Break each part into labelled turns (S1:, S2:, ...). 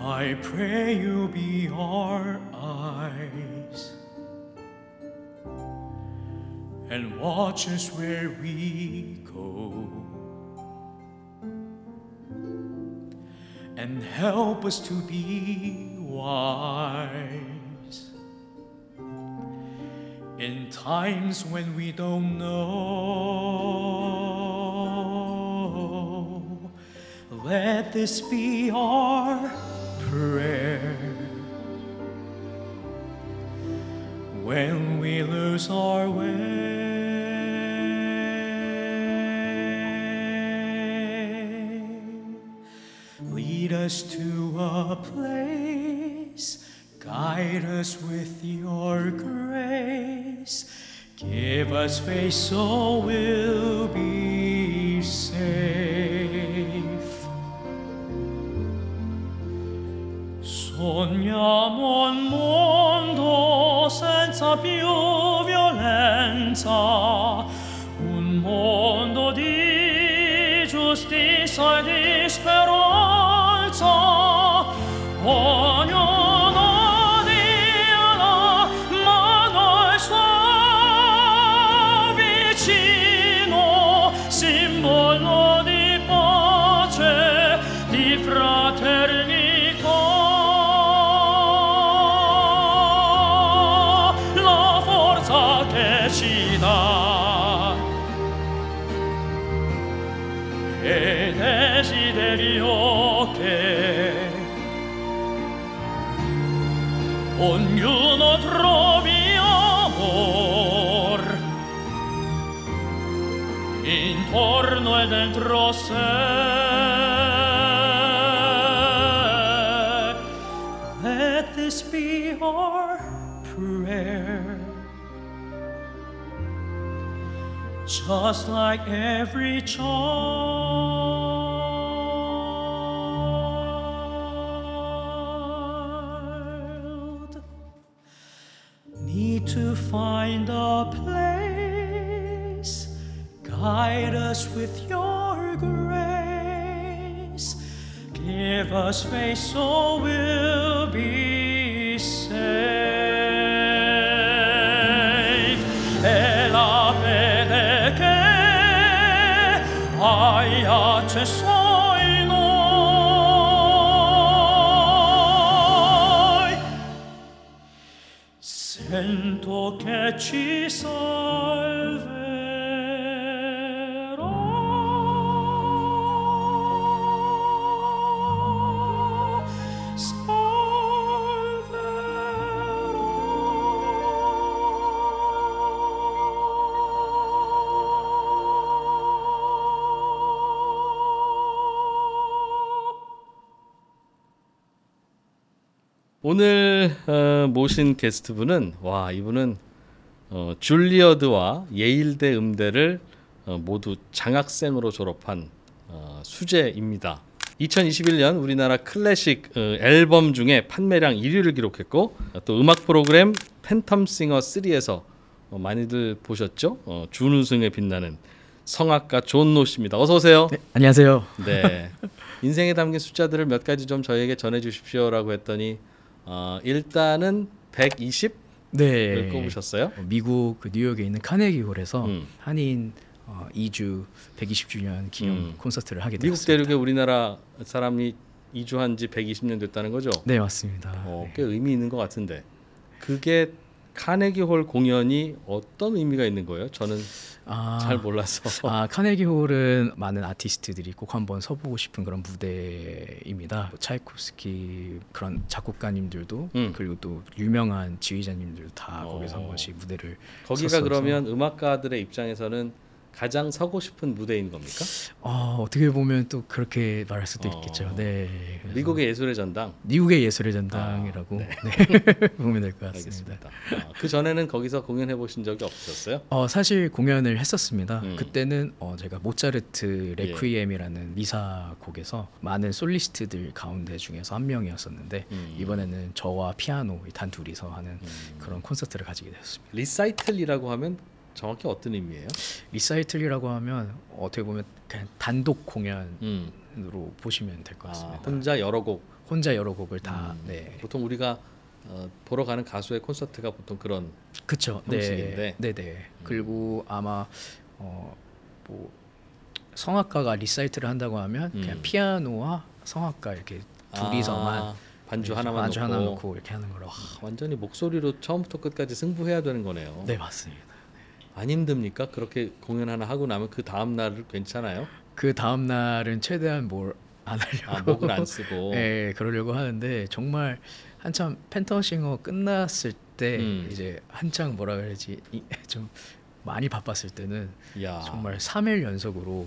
S1: I pray you be our eyes and watch us where we go and help us to be wise in times when we don't know. Let this be our prayer. When we lose our way, Lead us to a place, guide us with your grace. Give us faith so we'll be safe. Sogniamo un mondo senza più violenza, un mondo di giustizia e di speranza. Ognuno dia la mano e sta vicino, simbolo di pace, di fraternità. La forza che ci dà e desiderio che ognuno trovi amor intorno e dentro sé. Let this be our prayer. just like every child need to find a place guide us with your grace give us faith so we'll be safe e la fede che hai accesso in noi Sento che ci salverà. Salverà.
S2: 오늘 어, 모신 게스트분은 와 이분은 어, 줄리어드와 예일대 음대를 어, 모두 장학생으로 졸업한 어, 수재입니다. 2021년 우리나라 클래식 어, 앨범 중에 판매량 1위를 기록했고 어, 또 음악 프로그램 팬텀싱어 3에서 어, 많이들 보셨죠? 어, 준우승에 빛나는 성악가 존 노씨입니다. 어서 오세요.
S3: 안녕하세요.
S2: 네. 인생에 담긴 숫자들을 몇 가지 좀 저에게 전해 주십시오라고 했더니 어, 일단은 120을
S3: 네.
S2: 꼽으셨어요.
S3: 어, 미국 그 뉴욕에 있는 카네기홀에서
S2: 음.
S3: 한인 어, 2주 120주년 기념
S2: 음.
S3: 콘서트를 하게
S2: 미국
S3: 되었습니다.
S2: 대륙에 우리나라 사람이 이주한 지 120년 됐다는 거죠.
S3: 네 맞습니다.
S2: 어,
S3: 네.
S2: 꽤 의미 있는 것 같은데 그게 카네기홀 공연이 어떤 의미가 있는 거예요? 저는
S3: 아,
S2: 잘 몰라서.
S3: 아 카네기홀은 많은 아티스트들이 꼭 한번 서보고 싶은 그런 무대입니다. 뭐 차이콥스키 그런 작곡가님들도
S2: 음.
S3: 그리고 또 유명한 지휘자님들도 다
S2: 어.
S3: 거기서 한 번씩 무대를
S2: 거기가
S3: 섰어서.
S2: 그러면 음악가들의 입장에서는 가장 서고 싶은 무대인 겁니까?
S3: 아, 어떻게 보면 또 그렇게 말할 수도
S2: 어.
S3: 있겠죠. 네. 그래서
S2: 미국의 예술의 전당.
S3: 미국의 예술의 전당이라고 네. 보면 될 것 같습니다.
S2: 알겠습니다. 아, 그 전에는 거기서 공연해 보신 적이 없으셨어요?
S3: 어 사실 공연을 했었습니다.
S2: 음. 예.
S3: 그때는 어 제가 모차르트 레퀴엠이라는 미사 곡에서 많은 솔리스트들 가운데 중에서 한 명이었었는데
S2: 음.
S3: 이번에는 저와 피아노 이단 둘이서 하는
S2: 음.
S3: 그런 콘서트를 가지게 되었습니다.
S2: 리사이틀이라고 하면 정확히 어떤 의미예요?
S3: 리사이틀이라고 하면 어떻게 보면 그냥 단독 공연으로
S2: 음.
S3: 보시면 될
S2: 아,
S3: 것
S2: 음.
S3: 같습니다.
S2: 혼자 여러 곡
S3: 혼자 여러 곡을 다 네.
S2: 보통 우리가 어, 보러 가는 가수의 콘서트가 보통 그런
S3: 그쵸.
S2: 형식인데. 음.
S3: 네. 네네. 그리고 아마 어, 어뭐 성악가가 리사이트를 한다고 하면
S2: 음.
S3: 그냥 피아노와 성악가 이렇게 둘이서만
S2: 아, 반주 하나만
S3: 아주
S2: 놓고, 음. 아,
S3: 하나 놓고 이렇게 하는 거라고.
S2: 완전히 목소리로 처음부터 끝까지 승부해야 되는 거네요.
S3: 네 맞습니다.
S2: 안 힘듭니까? 그렇게 공연 하나 하고 나면 그 다음 날을 괜찮아요?
S3: 그 다음 날은 최대한 뭘 안 하려고.
S2: 아, 목을 안 쓰고.
S3: 예, 그러려고 하는데 정말 한참 팬텀싱어 끝났을 때
S2: 음.
S3: 이제 한창 뭐라 그래야지 이- 좀 많이 바빴을 때는
S2: 야.
S3: 정말 3일 연속으로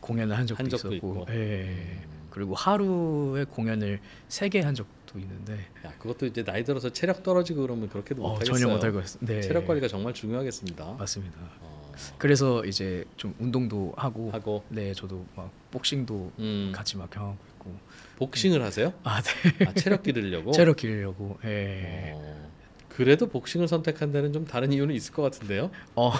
S3: 공연을 한
S2: 아.
S3: 적도,
S2: 한 적도
S3: 있었고
S2: 있고. 음.
S3: 예. 그리고 하루에 공연을 3개 한 적도 있는데
S2: 야, 그것도 이제 나이 들어서 체력 떨어지고 그러면 그렇게도
S3: 어,
S2: 못 하겠어요.
S3: 전혀 못할 것 같습니다. 네.
S2: 체력 관리가 정말 중요하겠습니다.
S3: 맞습니다.
S2: 어,
S3: 그래서 이제 좀 운동도 하고,
S2: 하고
S3: 네 저도 막 복싱도
S2: 아. 음,
S3: 같이 막 경하고 있고
S2: 복싱을 하세요?
S3: 아 네.
S2: 아, 체력 기르려고.
S3: 체력 기르려고 예.
S2: 어, 그래도 복싱을 선택한 데는 좀 다른 이유는 있을 것 같은데요.
S3: 어.
S2: 어,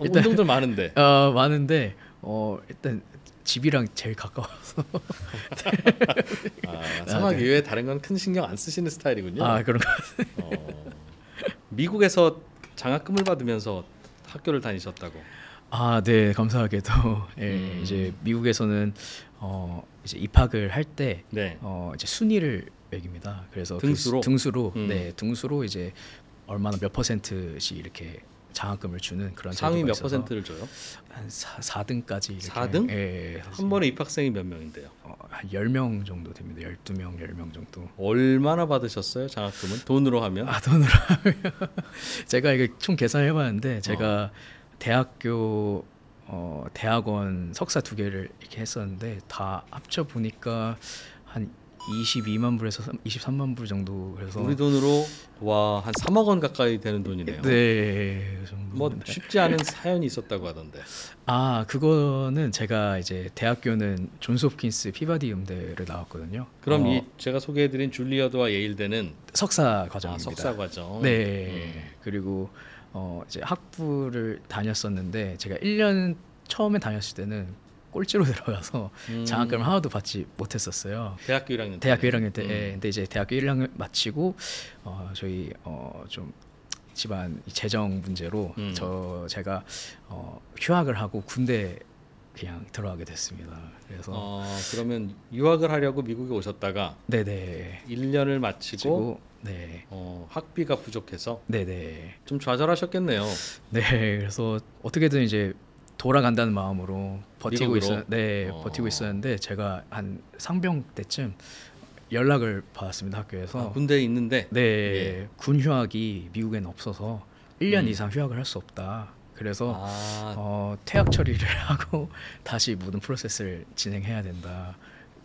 S2: 운동들 많은데.
S3: 어, 많은데 어 일단 집이랑 제일 가까워서
S2: 아, 성악
S3: 네.
S2: 이외에 다른 건 큰 신경 안 쓰시는 스타일이군요.
S3: 아 그런 거
S2: 어, 미국에서 장학금을 받으면서 학교를 다니셨다고.
S3: 아 네 감사하게도 예,
S2: 음.
S3: 이제 미국에서는 어 이제 입학을 할 때
S2: 네.
S3: 어 이제 순위를 매깁니다 그래서 그
S2: 등수로?
S3: 수- 등수로
S2: 음.
S3: 네 등수로 이제 얼마나 몇 퍼센트씩 이렇게 장학금을 주는 그런
S2: 상위
S3: 제도가
S2: 몇
S3: 있어서
S2: 퍼센트를 줘요?
S3: 한 4, 등까지 이렇게
S2: 4등?
S3: 예,
S2: 한 번에 입학생이 몇 명인데요?
S3: 어, 한 10명 정도 됩니다 12명 10명 정도
S2: 얼마나 받으셨어요? 장학금은 돈으로 하면?
S3: 아 돈으로 하면 제가 이게 총 계산을 해봤는데
S2: 어.
S3: 제가 대학교 어, 대학원 석사 두 개를 이렇게 했었는데 다 합쳐 보니까 한 22만 불에서 23만 불 정도 그래서
S2: 우리 돈으로 와 한 3억 원 가까이 되는 돈이네요.
S3: 네, 그 정도.
S2: 뭐 쉽지 않은 사연이 있었다고 하던데.
S3: 아, 그거는 제가 이제 대학교는 존스홉킨스 피바디 음대를 나왔거든요.
S2: 그럼
S3: 어,
S2: 이 제가 소개해드린 줄리어드와 예일대는
S3: 석사
S2: 아,
S3: 과정입니다.
S2: 석사 과정.
S3: 네.
S2: 음.
S3: 그리고 어 이제 학부를 다녔었는데 제가 1년 처음에 다녔을 때는 꼴찌로 들어가서
S2: 음.
S3: 장학금을 하나도 받지 못했었어요.
S2: 대학교 1학년.
S3: 대학교
S2: 때는.
S3: 1학년 때. 예,
S2: 음.
S3: 근데 이제 대학교 1학년 마치고 어 저희 어좀 집안 재정 문제로
S2: 음.
S3: 저 제가 어 휴학을 하고 군대 그냥 들어가게 됐습니다. 그래서
S2: 어, 그러면 유학을 하려고 미국에 오셨다가
S3: 네네.
S2: 1년을 마치고
S3: 그리고 네.
S2: 어, 학비가 부족해서
S3: 네네.
S2: 좀 좌절하셨겠네요.
S3: 네, 그래서 어떻게든 이제 돌아간다는 마음으로 버티고
S2: 미국으로?
S3: 있었 네,
S2: 어.
S3: 버티고 있었는데 제가 한 상병 때쯤 연락을 받았습니다 학교에서.
S2: 아, 군대에 있는데
S3: 네,
S2: 예.
S3: 군 휴학이 미국엔 없어서 1년
S2: 음.
S3: 이상 휴학을 할 수 없다. 그래서
S2: 아,
S3: 어, 퇴학 처리를 하고 다시 모든 프로세스를 진행해야 된다.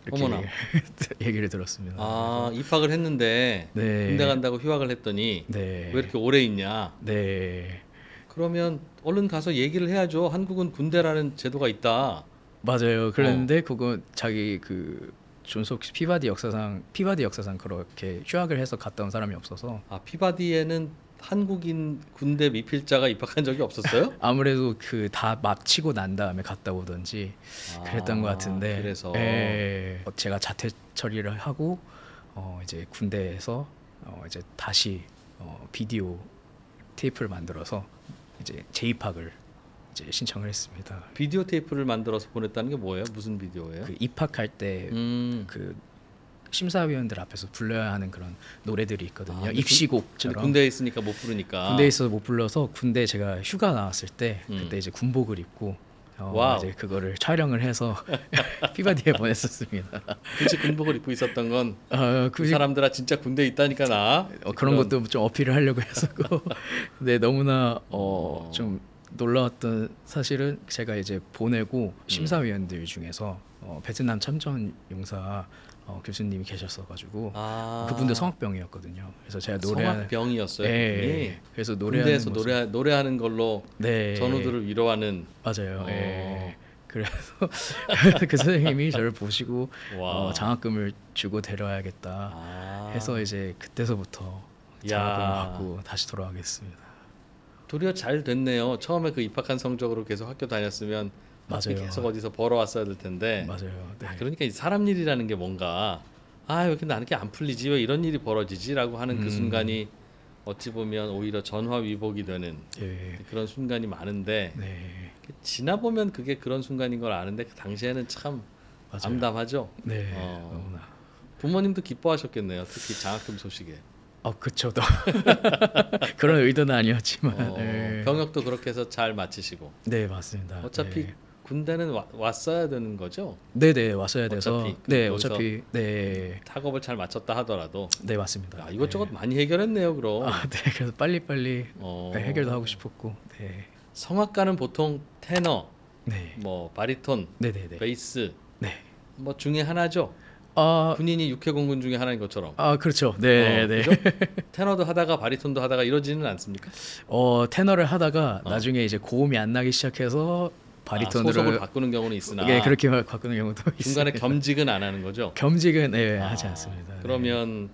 S3: 이렇게
S2: 어머나.
S3: 얘기를 들었습니다.
S2: 아, 입학을 했는데
S3: 네.
S2: 군대 간다고 휴학을 했더니
S3: 네.
S2: 왜 이렇게 오래 있냐?
S3: 네.
S2: 그러면 얼른 가서 얘기를 해야죠. 한국은 군대라는 제도가 있다.
S3: 맞아요.
S2: 어.
S3: 그랬는데 그건 자기 그 존속 피바디 역사상 피바디 역사상 그렇게 휴학을 해서 갔다 온 사람이 없어서
S2: 아 피바디에는 한국인 군대 미필자가 입학한 적이 없었어요?
S3: 아무래도 그 다 마치고 난 다음에 갔다 오던지 그랬던
S2: 아,
S3: 것 같은데
S2: 그래서
S3: 예, 어, 제가 자퇴 처리를 하고 어, 이제 군대에서 어, 이제 다시 어, 비디오 테이프를 만들어서 이제 재입학을 이제 신청을 했습니다.
S2: 비디오 테이프를 만들어서 보냈다는 게 뭐예요? 무슨 비디오예요?
S3: 그 입학할 때
S2: 음,
S3: 그 심사위원들 앞에서 불러야 하는 그런 노래들이
S2: 아,
S3: 있거든요.
S2: 근데 군- 근데
S3: 입시곡처럼.
S2: 군대에 있으니까 못 부르니까
S3: 군대에 있어서 못 불러서 군대 제가 휴가 나왔을 때
S2: 음.
S3: 그때 이제 군복을 입고 어,
S2: 와우.
S3: 이제 그거를 촬영을 해서 피바디에 보냈었습니다.
S2: 굳이 군복을 입고 있었던 건 그
S3: 어, 그
S2: 사람들아 진짜 군대에 있다니까 나
S3: 어,
S2: 그런-
S3: 그런 것도 좀 어필을 하려고 했었고, 근데 너무나 어, 좀 놀라웠던 사실은 제가 이제 보내고
S2: 음.
S3: 심사위원들 중에서 어, 베트남 참전 용사 어, 교수님이 계셨어가지고
S2: 아,
S3: 그분도 성악병이었거든요. 그래서 제가 노래하는
S2: 성악병이었어요.
S3: 예, 그래서
S2: 분이.
S3: 노래하는
S2: 군대에서
S3: 모습-
S2: 노래 노래하는 걸로
S3: 네.
S2: 전우들을 위로하는
S3: 맞아요.
S2: 어.
S3: 예. 그래서 그 선생님이 저를 보시고
S2: 와.
S3: 어, 장학금을 주고 데려와야겠다
S2: 아.
S3: 해서 이제 그때서부터
S2: 야.
S3: 장학금을 받고 다시 돌아가겠습니다.
S2: 도리어 잘 됐네요. 처음에 그 입학한 성적으로 계속 학교 다녔으면
S3: 맞아요.
S2: 계속 어디서 벌어왔어야 될 텐데.
S3: 맞아요. 네.
S2: 그러니까 이 사람 일이라는 게 뭔가 아 왜 근데 이렇게 안 풀리지 왜 이런 일이 벌어지지라고 하는 그
S3: 음.
S2: 순간이 어찌 보면 오히려 전화위복이 되는
S3: 예.
S2: 그런 순간이 많은데
S3: 네.
S2: 지나보면 그게 그런 순간인 걸 아는데 그 당시에는 참
S3: 맞아요.
S2: 암담하죠.
S3: 네.
S2: 어.
S3: 너무나.
S2: 부모님도 기뻐하셨겠네요. 특히 장학금 소식에.
S3: 어, 그쵸. 또 그런 의도는 아니었지만.
S2: 어,
S3: 예.
S2: 병역도 그렇게 해서 잘 마치시고.
S3: 네, 맞습니다.
S2: 어차피
S3: 네.
S2: 군대는 와- 왔어야 되는 거죠.
S3: 네네 왔어야 돼서
S2: 어차피 그
S3: 네
S2: 거기서-
S3: 어차피 네.
S2: 학업을 잘 마쳤다 하더라도
S3: 네 맞습니다.
S2: 야, 이것저것 많이 해결했네요.
S3: 네.
S2: 그럼.
S3: 아, 네 그래서 빨리 빨리
S2: 어,
S3: 해결도 하고 싶었고 네.
S2: 성악가는 보통 테너,
S3: 네.
S2: 뭐 바리톤,
S3: 네네네.
S2: 베이스
S3: 네.
S2: 뭐 중에 하나죠.
S3: 아,
S2: 군인이 육해 공군 중에 하나인 것처럼.
S3: 아 그렇죠. 네,
S2: 어,
S3: 네.
S2: 그죠? 테너도 하다가 바리톤도 하다가 이러지는 않습니까? 아,
S3: 어, 테너를 하다가
S2: 어.
S3: 나중에 이제 고음이 안 나기 시작해서
S2: 아, 소속을
S3: 바리톤으로
S2: 바꾸는 경우는 있으나
S3: 예, 그렇게 막 바꾸는 경우도
S2: 중간에
S3: 있어요.
S2: 겸직은 안 하는 거죠.
S3: 겸직은 네,
S2: 아,
S3: 하지 않습니다. 네.
S2: 그러면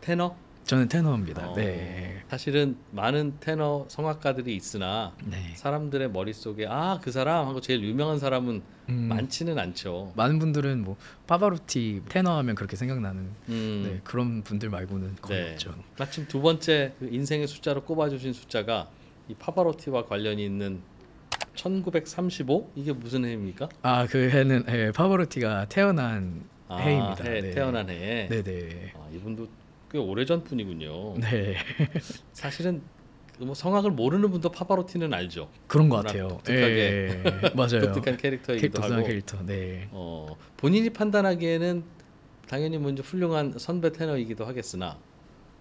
S2: 테너?
S3: 저는 테너입니다.
S2: 어,
S3: 네.
S2: 사실은 많은 테너 성악가들이 있으나
S3: 네.
S2: 사람들의 머릿속에 아 그 사람 하고 제일 유명한 사람은
S3: 음,
S2: 많지는 않죠.
S3: 많은 분들은 뭐 파바로티 테너 하면 그렇게 생각나는
S2: 음,
S3: 네, 그런 분들 말고는 거의
S2: 네.
S3: 없죠.
S2: 마침 두 번째 그 인생의 숫자로 꼽아주신 숫자가 이 파바로티와 관련이 있는 1935 이게 무슨 해입니까?
S3: 아, 그 해는 예, 파바로티가 태어난
S2: 아,
S3: 해입니다.
S2: 해,
S3: 네.
S2: 태어난 해에 어.
S3: 네, 네.
S2: 아, 이분도 꽤 오래전 분이군요.
S3: 네.
S2: 사실은 그뭐 성악을 모르는 분도 파바로티는 알죠.
S3: 그런 것
S2: 워낙
S3: 같아요.
S2: 독특하게.
S3: 예, 맞아요.
S2: 독특한 캐릭터이기도
S3: 독특한
S2: 하고
S3: 캐릭터. 네.
S2: 어, 본인이 판단하기에는 당연히 먼저 훌륭한 선배 테너이기도 하겠으나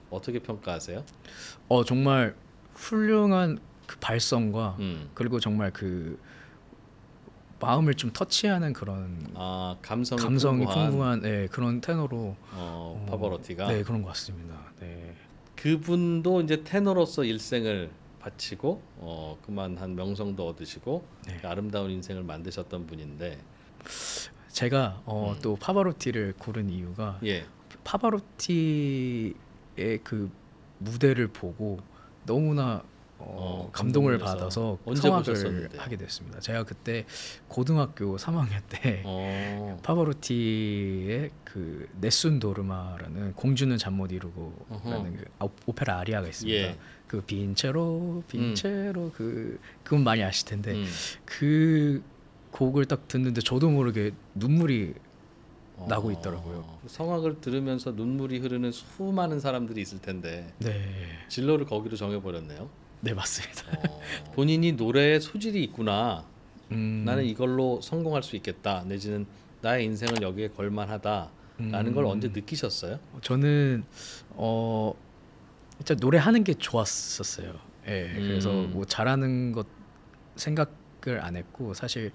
S2: 어떻게 평가하세요?
S3: 어 정말 훌륭한 그 발성과
S2: 음.
S3: 그리고 정말 그 마음을 좀 터치하는 그런
S2: 아 감성이,
S3: 감성이
S2: 풍부한,
S3: 풍부한 예, 그런 테너로
S2: 어,
S3: 어,
S2: 파바로티가
S3: 네 그런 것 같습니다. 네.
S2: 그분도 이제 테너로서 일생을 바치고 어, 그만한 명성도 얻으시고
S3: 네.
S2: 아름다운 인생을 만드셨던 분인데
S3: 제가 어,
S2: 음.
S3: 또 파바로티를 고른 이유가
S2: 예
S3: 파바로티의 그 무대를 보고 너무나 어,
S2: 어, 감동을
S3: 감동을 받아서
S2: 언제 보셨었는데?
S3: 성악을 하게 됐습니다. 제가 그때 고등학교 3학년 때
S2: 어,
S3: 파바로티의 그 네순 도르마라는 공주는 잠 못
S2: 어허.
S3: 이루고라는 그 아- 오페라 아리아가 있습니다.
S2: 예
S3: 그 빈체로 빈체로 그 그건 많이 아실 텐데
S2: 음.
S3: 그 곡을 딱 듣는데 저도 모르게 눈물이 나고
S2: 어,
S3: 있더라고요.
S2: 성악을 들으면서 눈물이 흐르는 수많은 사람들이 있을 텐데
S3: 네.
S2: 진로를 거기로 정해버렸네요.
S3: 네, 맞습니다.
S2: 어, 본인이 노래에 소질이 있구나.
S3: 음,
S2: 나는 이걸로 성공할 수 있겠다. 내지는 나의 인생은 여기에 걸만하다라는 걸
S3: 음.
S2: 언제 느끼셨어요?
S3: 저는 어 일단 노래하는 게 좋았었어요. 예. 그래서
S2: 음.
S3: 뭐 잘하는 것 생각을 안 했고 사실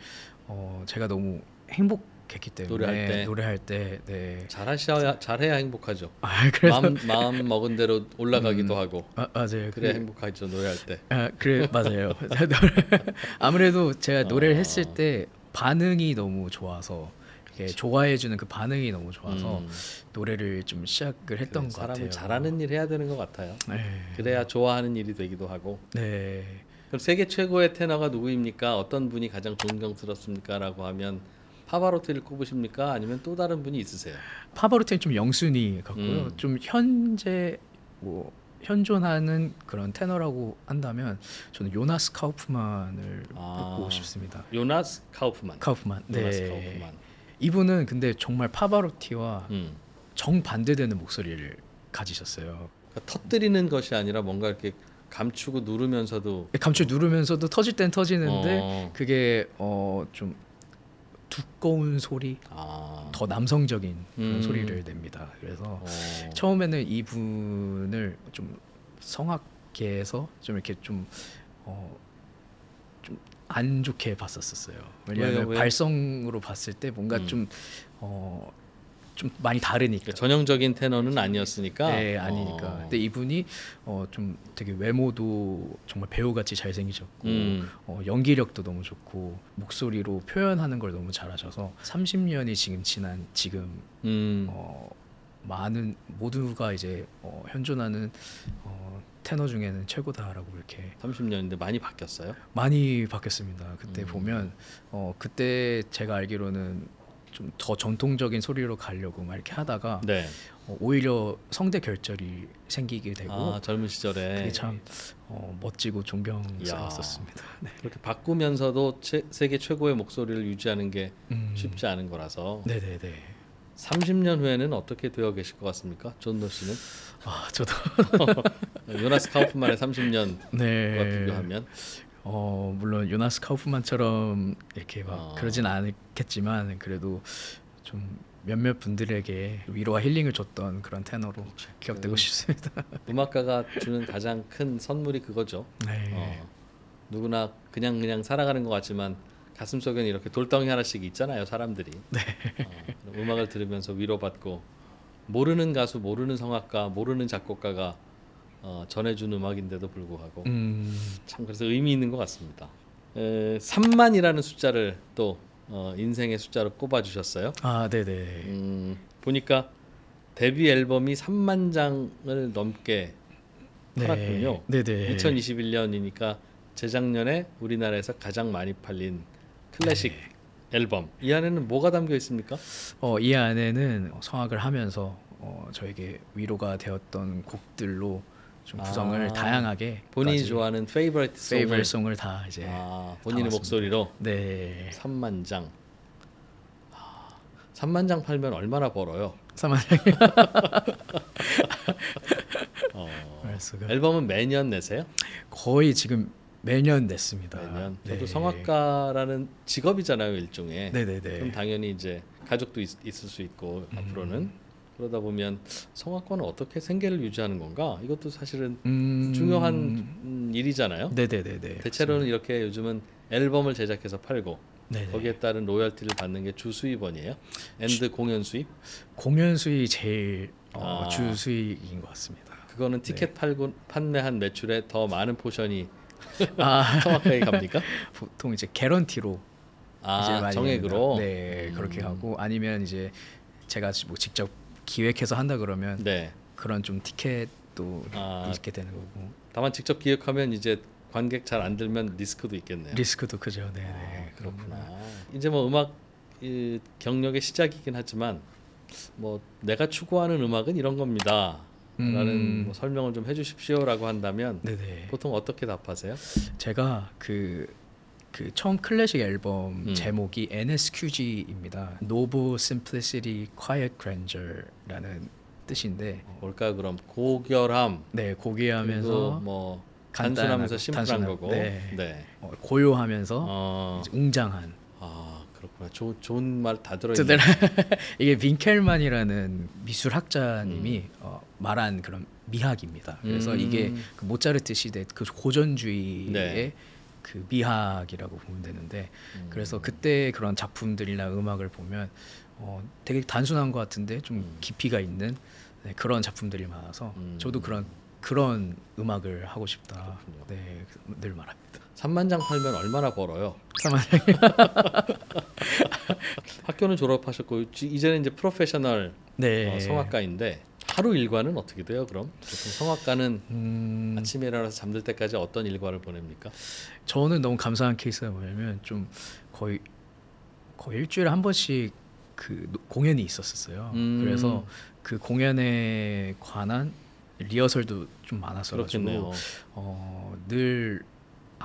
S3: 어 제가 너무 행복했기 때문에
S2: 노래할 때?
S3: 노래할 때 네.
S2: 잘하셔야 잘해야 행복하죠.
S3: 아 그래서
S2: 마음 마음 먹은 대로 올라가기도 하고
S3: 아, 맞아요.
S2: 그래 야
S3: 그,
S2: 행복하죠 노래할 때.
S3: 아, 그래 맞아요. 노래- 아무래도 제가 노래를
S2: 아.
S3: 했을 때 반응이 너무 좋아서 이렇게 좋아해 주는 그 반응이 너무 좋아서
S2: 음,
S3: 노래를 좀 시작을 했던
S2: 그래,
S3: 것 같아요.
S2: 사람은 잘하는 일 해야 되는 것 같아요.
S3: 네.
S2: 그래야 좋아하는 일이 되기도 하고.
S3: 네.
S2: 그럼 세계 최고의 테너가 누구입니까? 어떤 분이 가장 존경스럽습니까?라고 하면 파바로티를 꼽으십니까? 아니면 또 다른 분이 있으세요?
S3: 파바로티는 좀 영순이 같고요.
S2: 음.
S3: 좀 현재 뭐 현존하는 그런 테너라고 한다면 저는 요나스 카우프만을
S2: 아.
S3: 뽑고 싶습니다.
S2: 요나스 카우프만.
S3: 카우프만. 네.
S2: 요나스 카우프만.
S3: 이분은 근데 정말 파바로티와
S2: 음.
S3: 정 반대되는 목소리를 가지셨어요.
S2: 그러니까 터뜨리는 것이 아니라 뭔가 이렇게 감추고 누르면서도
S3: 감출 누르면서도 터질 땐 터지는데
S2: 어,
S3: 그게 어 좀 두꺼운 소리,
S2: 아,
S3: 더 남성적인 그런
S2: 음.
S3: 소리를 냅니다. 그래서
S2: 어,
S3: 처음에는 이분을 좀 성악계에서 좀 이렇게 좀 좀 안 좋게 봤었었어요. 왜냐하면
S2: 왜요? 왜요?
S3: 발성으로 봤을 때 뭔가
S2: 음.
S3: 좀어좀 많이 다르니까.
S2: 그러니까 전형적인 테너는 아니었으니까.
S3: 네, 아니니까.
S2: 어.
S3: 근데 이분이 어 좀 되게 외모도 정말 배우같이 잘생기셨고
S2: 음.
S3: 어, 연기력도 너무 좋고 목소리로 표현하는 걸 너무 잘하셔서 30년이 지금 지난 지금
S2: 음.
S3: 어, 많은 모두가 이제 어, 현존하는 어, 테너 중에는 최고다라고 이렇게
S2: 30년인데 많이 바뀌었어요.
S3: 많이 바뀌었습니다. 그때
S2: 음.
S3: 보면 어, 그때 제가 알기로는 좀 더 전통적인 소리로 가려고 막 이렇게 하다가
S2: 네.
S3: 어, 오히려 성대 결절이 생기게 되고
S2: 아 젊은
S3: 그게
S2: 시절에
S3: 참 어, 멋지고 존경스러웠었습니다. 네.
S2: 그렇게 바꾸면서도 체- 세계 최고의 목소리를 유지하는 게
S3: 음.
S2: 쉽지 않은 거라서
S3: 네네네.
S2: 30년 후에는 어떻게 되어 계실 것 같습니까? 존노 씨는
S3: 아 저도
S2: 요나스 카우프만의 30년과
S3: 네.
S2: 비교하면
S3: 어 물론 요나스 카우프만처럼 이렇게 막
S2: 어.
S3: 그러진 않겠지만 그래도 좀 몇몇 분들에게 위로와 힐링을 줬던 그런 테너로
S2: 음.
S3: 기억되고 싶습니다.
S2: 음악가가 주는 가장 큰 선물이 그거죠.
S3: 네.
S2: 어, 누구나 그냥 그냥 살아가는 것 같지만 가슴 속에는 이렇게 돌덩이 하나씩 있잖아요 사람들이. 어, 그럼 음악을 들으면서 위로받고 모르는 가수, 모르는 성악가, 모르는 작곡가가 어, 전해준 음악인데도 불구하고
S3: 음.
S2: 참 그래서 의미 있는 것 같습니다. 에, 3만이라는 숫자를 또 어, 인생의 숫자로 꼽아 주셨어요.
S3: 아 네네.
S2: 음, 보니까 데뷔 앨범이 3만 장을 넘게
S3: 네.
S2: 팔았군요.
S3: 네네.
S2: 2021년이니까 재작년에 우리나라에서 가장 많이 팔린 클래식
S3: 네.
S2: 앨범. 이 안에는 뭐가 담겨 있습니까?
S3: 어, 이 안에는 성악을 하면서 어, 저에게 위로가 되었던 곡들로 좀 구성을
S2: 아,
S3: 다양하게
S2: 본인이 좋아하는 페이버릿 송을
S3: 페이블 송을 다 이제
S2: 아, 본인의
S3: 네, 담았습니다.
S2: 목소리로
S3: 네
S2: 3만 장. 아, 3만 장 팔면 얼마나 벌어요?
S3: 사만장의
S2: 어,
S3: 말수가
S2: 앨범은 매년 내세요?
S3: 거의 지금 매년 냈습니다.
S2: 매년.
S3: 네.
S2: 저도 성악가라는 직업이잖아요, 일종의. 그럼
S3: 네네네. 음.
S2: 당연히 이제 가족도 있, 을수 있고 앞으로는 그러다 보면 성악권은 어떻게 생계를 유지하는 건가? 이것도 사실은
S3: 음,
S2: 중요한 음, 일이잖아요.
S3: 네네네네.
S2: 대체로는 이렇게 요즘은 앨범을 제작해서 팔고
S3: 네네.
S2: 거기에 따른 로열티를 받는 게 주 수입원이에요. 앤드 공연 수입.
S3: 공연 수익 제일 어,
S2: 아.
S3: 주 수익인 것 같습니다.
S2: 그거는 티켓 팔고 판매한 매출에 더 많은 포션이
S3: 아
S2: 성악가에 갑니까?
S3: 보통 이제 개런티로 이제
S2: 아
S3: 많이
S2: 정액으로.
S3: 낸다. 네
S2: 음.
S3: 그렇게 하고 아니면 이제 제가 지- 뭐 직접 기획해서 한다 그러면
S2: 네.
S3: 그런 좀 티켓도
S2: 아.
S3: 있게 되는 거고
S2: 다만 직접 기획하면 이제 관객 잘 안 들면 리스크도 있겠네요.
S3: 리스크도 크죠. 네, 네.
S2: 아, 그렇구나. 이제 뭐 음악 이, 경력의 시작이긴 하지만 뭐 내가 추구하는 음악은 이런 겁니다.
S3: 음.
S2: 라는 뭐 설명을 좀 해주십시오라고 한다면
S3: 네네.
S2: 보통 어떻게 답하세요?
S3: 제가 그, 그 처음 클래식 앨범
S2: 음.
S3: 제목이 NSQG입니다. Noble Simplicity Quiet Grandeur라는 뜻인데,
S2: 뭘까 그럼 고결함
S3: 네
S2: 그리고
S3: 고귀하면서
S2: 뭐
S3: 간단하고
S2: 단순하면서 심플한
S3: 단순하고,
S2: 거고
S3: 네.
S2: 네.
S3: 어, 고요하면서
S2: 어,
S3: 이제 웅장한.
S2: 아 그렇구나. 좋 좋은 말 다 들어있네.
S3: 그들 이게 빈켈만이라는 미술학자님이 어, 말한 그런 미학입니다. 그래서
S2: 음.
S3: 이게 그 모차르트 시대 그 고전주의의
S2: 네.
S3: 그 미학이라고 보면 되는데
S2: 음.
S3: 그래서 그때 그런 작품들이나 음악을 보면 어, 되게 단순한 것 같은데 좀
S2: 음.
S3: 깊이가 있는 네, 그런 작품들이 많아서
S2: 음.
S3: 저도 그런 그런 음악을 하고 싶다.
S2: 그렇군요. 어,
S3: 네, 그늘 말합니다.
S2: 3만 장 팔면 얼마나 벌어요? 학교는 졸업하셨고 지- 이제는 이제 프로페셔널
S3: 네,
S2: 어, 성악가인데 하루 일과는 어떻게 돼요? 그럼 보통 성악가는
S3: 음,
S2: 아침에 일어나서 잠들 때까지 어떤 일과를 보냅니까?
S3: 저는 너무 감사한 케이스가 뭐냐면 좀 거의 거의 일주일에 한 번씩 그 노- 공연이 있었었어요.
S2: 음.
S3: 그래서 그 공연에 관한 리허설도 좀 많았어
S2: 그렇겠네요.
S3: 가지고 어, 늘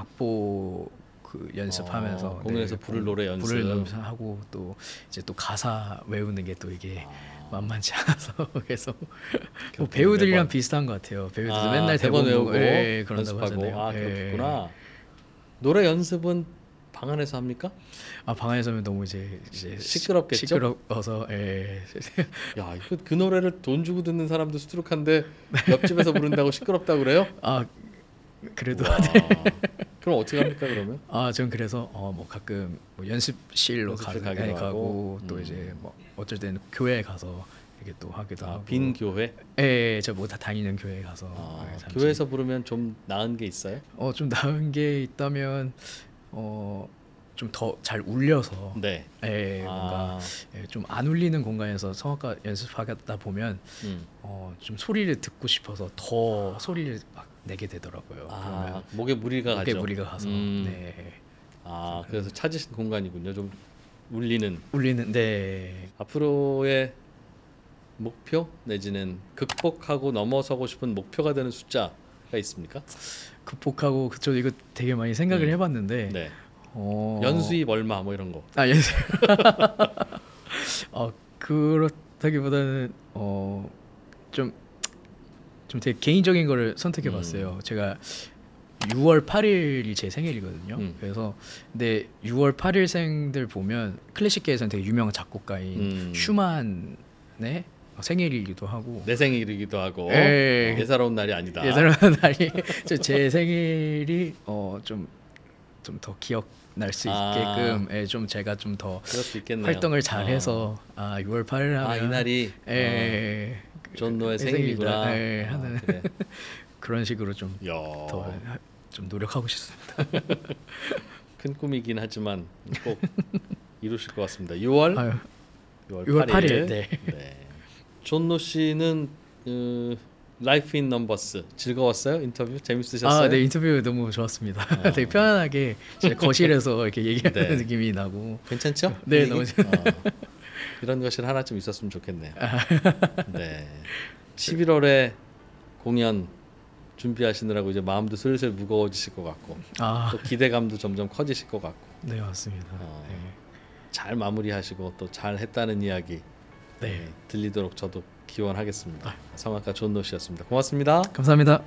S3: 악보 그 연습하면서
S2: 어, 공연에서
S3: 늘
S2: 부를 노래 연습.
S3: 부를 연습하고 또 이제 또 가사 외우는 게 또 이게
S2: 아,
S3: 만만치 않아서 그래서 뭐
S2: 결국은
S3: 배우들이랑
S2: 매번.
S3: 비슷한 것 같아요. 배우들도
S2: 아,
S3: 맨날
S2: 대본
S3: 대본
S2: 외우고
S3: 보고, 예, 예, 그런다고
S2: 연습하고
S3: 하잖아요.
S2: 아
S3: 예.
S2: 그렇구나. 노래 연습은 방 안에서 합니까?
S3: 아 방에서면 너무 이제 이제 시-
S2: 시끄럽겠죠?
S3: 시끄러워서 예.
S2: 야, 이거 그 노래를 돈 주고 듣는 사람도 수두룩한데 옆집에서 부른다고 시끄럽다 그래요?
S3: 아 그래도
S2: 와, 그럼 어떻게 합니까 그러면?
S3: 아, 전 그래서 어 뭐 가끔 뭐 연습실로
S2: 연습실
S3: 가는-
S2: 가기도
S3: 예,
S2: 하고.
S3: 가고 또
S2: 음.
S3: 이제 뭐 어쩔 때는 교회에 가서 이렇게 또 하기도
S2: 아,
S3: 하고.
S2: 빈 교회.
S3: 예, 예, 저뭐 다 다니는 교회에 가서
S2: 아,
S3: 예, 잠시.
S2: 교회에서 부르면 좀 나은 게 있어요?
S3: 어 좀 나은 게 있다면 어 좀 더 잘 울려서
S2: 네.
S3: 예, 뭔가
S2: 아,
S3: 예, 좀 안 울리는 공간에서 성악가 연습하다 보면
S2: 음.
S3: 어, 좀 소리를 듣고 싶어서 더 소리를 막 내게 되더라고요.
S2: 아,
S3: 그러면
S2: 목에 무리가
S3: 그게
S2: 가죠.
S3: 무리가 가서
S2: 음.
S3: 네.
S2: 아, 그래서 찾으신 공간이군요. 좀 울리는
S3: 울리는 네.
S2: 앞으로의 목표 내지는 극복하고 넘어서고 싶은 목표가 되는 숫자가 있습니까?
S3: 극복하고 그저 이거 되게 많이 생각을
S2: 음.
S3: 해봤는데
S2: 네.
S3: 어...
S2: 연수입 얼마 뭐 이런 거.
S3: 아 연수 어 그렇다기보다는 어좀좀 되게 개인적인 거를 선택해 봤어요
S2: 음.
S3: 제가 6월 8일이 제 생일이거든요
S2: 음.
S3: 그래서 근데 6월 8일생들 보면 클래식계에서는 되게 유명한 작곡가인
S2: 음.
S3: 슈만의 생일이기도 하고
S2: 내 생일이기도 하고
S3: 예.
S2: 예사로운 날이 아니다.
S3: 예전에는 날이 저제 생일이 어, 어좀 좀 더 기억날 수
S2: 아.
S3: 있게끔 예, 좀 제가 좀 더
S2: 그럴 수 있겠네요.
S3: 활동을
S2: 어.
S3: 잘해서 아 6월 8일 하면
S2: 아 이날이
S3: 예, 예,
S2: 어, 존 노의
S3: 내 생일이다.
S2: 생일이구나.
S3: 예, 하는
S2: 아, 그래. 어.
S3: 그런 식으로 좀 더 좀
S2: 야,
S3: 노력하고 싶습니다.
S2: 큰 꿈이긴 하지만 꼭 이루실 것 같습니다. 6월
S3: 아유,
S2: 6월,
S3: 6월
S2: 8일.
S3: 8일. 네.
S2: 존노 씨는 그, 라이프 인 넘버스 즐거웠어요? 인터뷰 재밌으셨어요? 어.
S3: 아, 네 인터뷰 너무 좋았습니다. 되게 편안하게 제 거실에서 이렇게 얘기하는
S2: 네.
S3: 느낌이 나고
S2: 괜찮죠?
S3: 네,
S2: 분위기?
S3: 너무
S2: 어, 이런 것이 하나쯤 있었으면 좋겠네요.
S3: 아.
S2: 네. 11월에 공연 준비하시느라고 이제 마음도 슬슬 무거워지실 것 같고
S3: 아,
S2: 또 기대감도 점점 커지실 것 같고
S3: 네 맞습니다.
S2: 어.
S3: 네.
S2: 잘 마무리하시고 또 잘 했다는 이야기
S3: 네. 아.
S2: 네, 들리도록 저도 기원하겠습니다. 성악가 존노 씨였습니다. 고맙습니다.
S3: 감사합니다.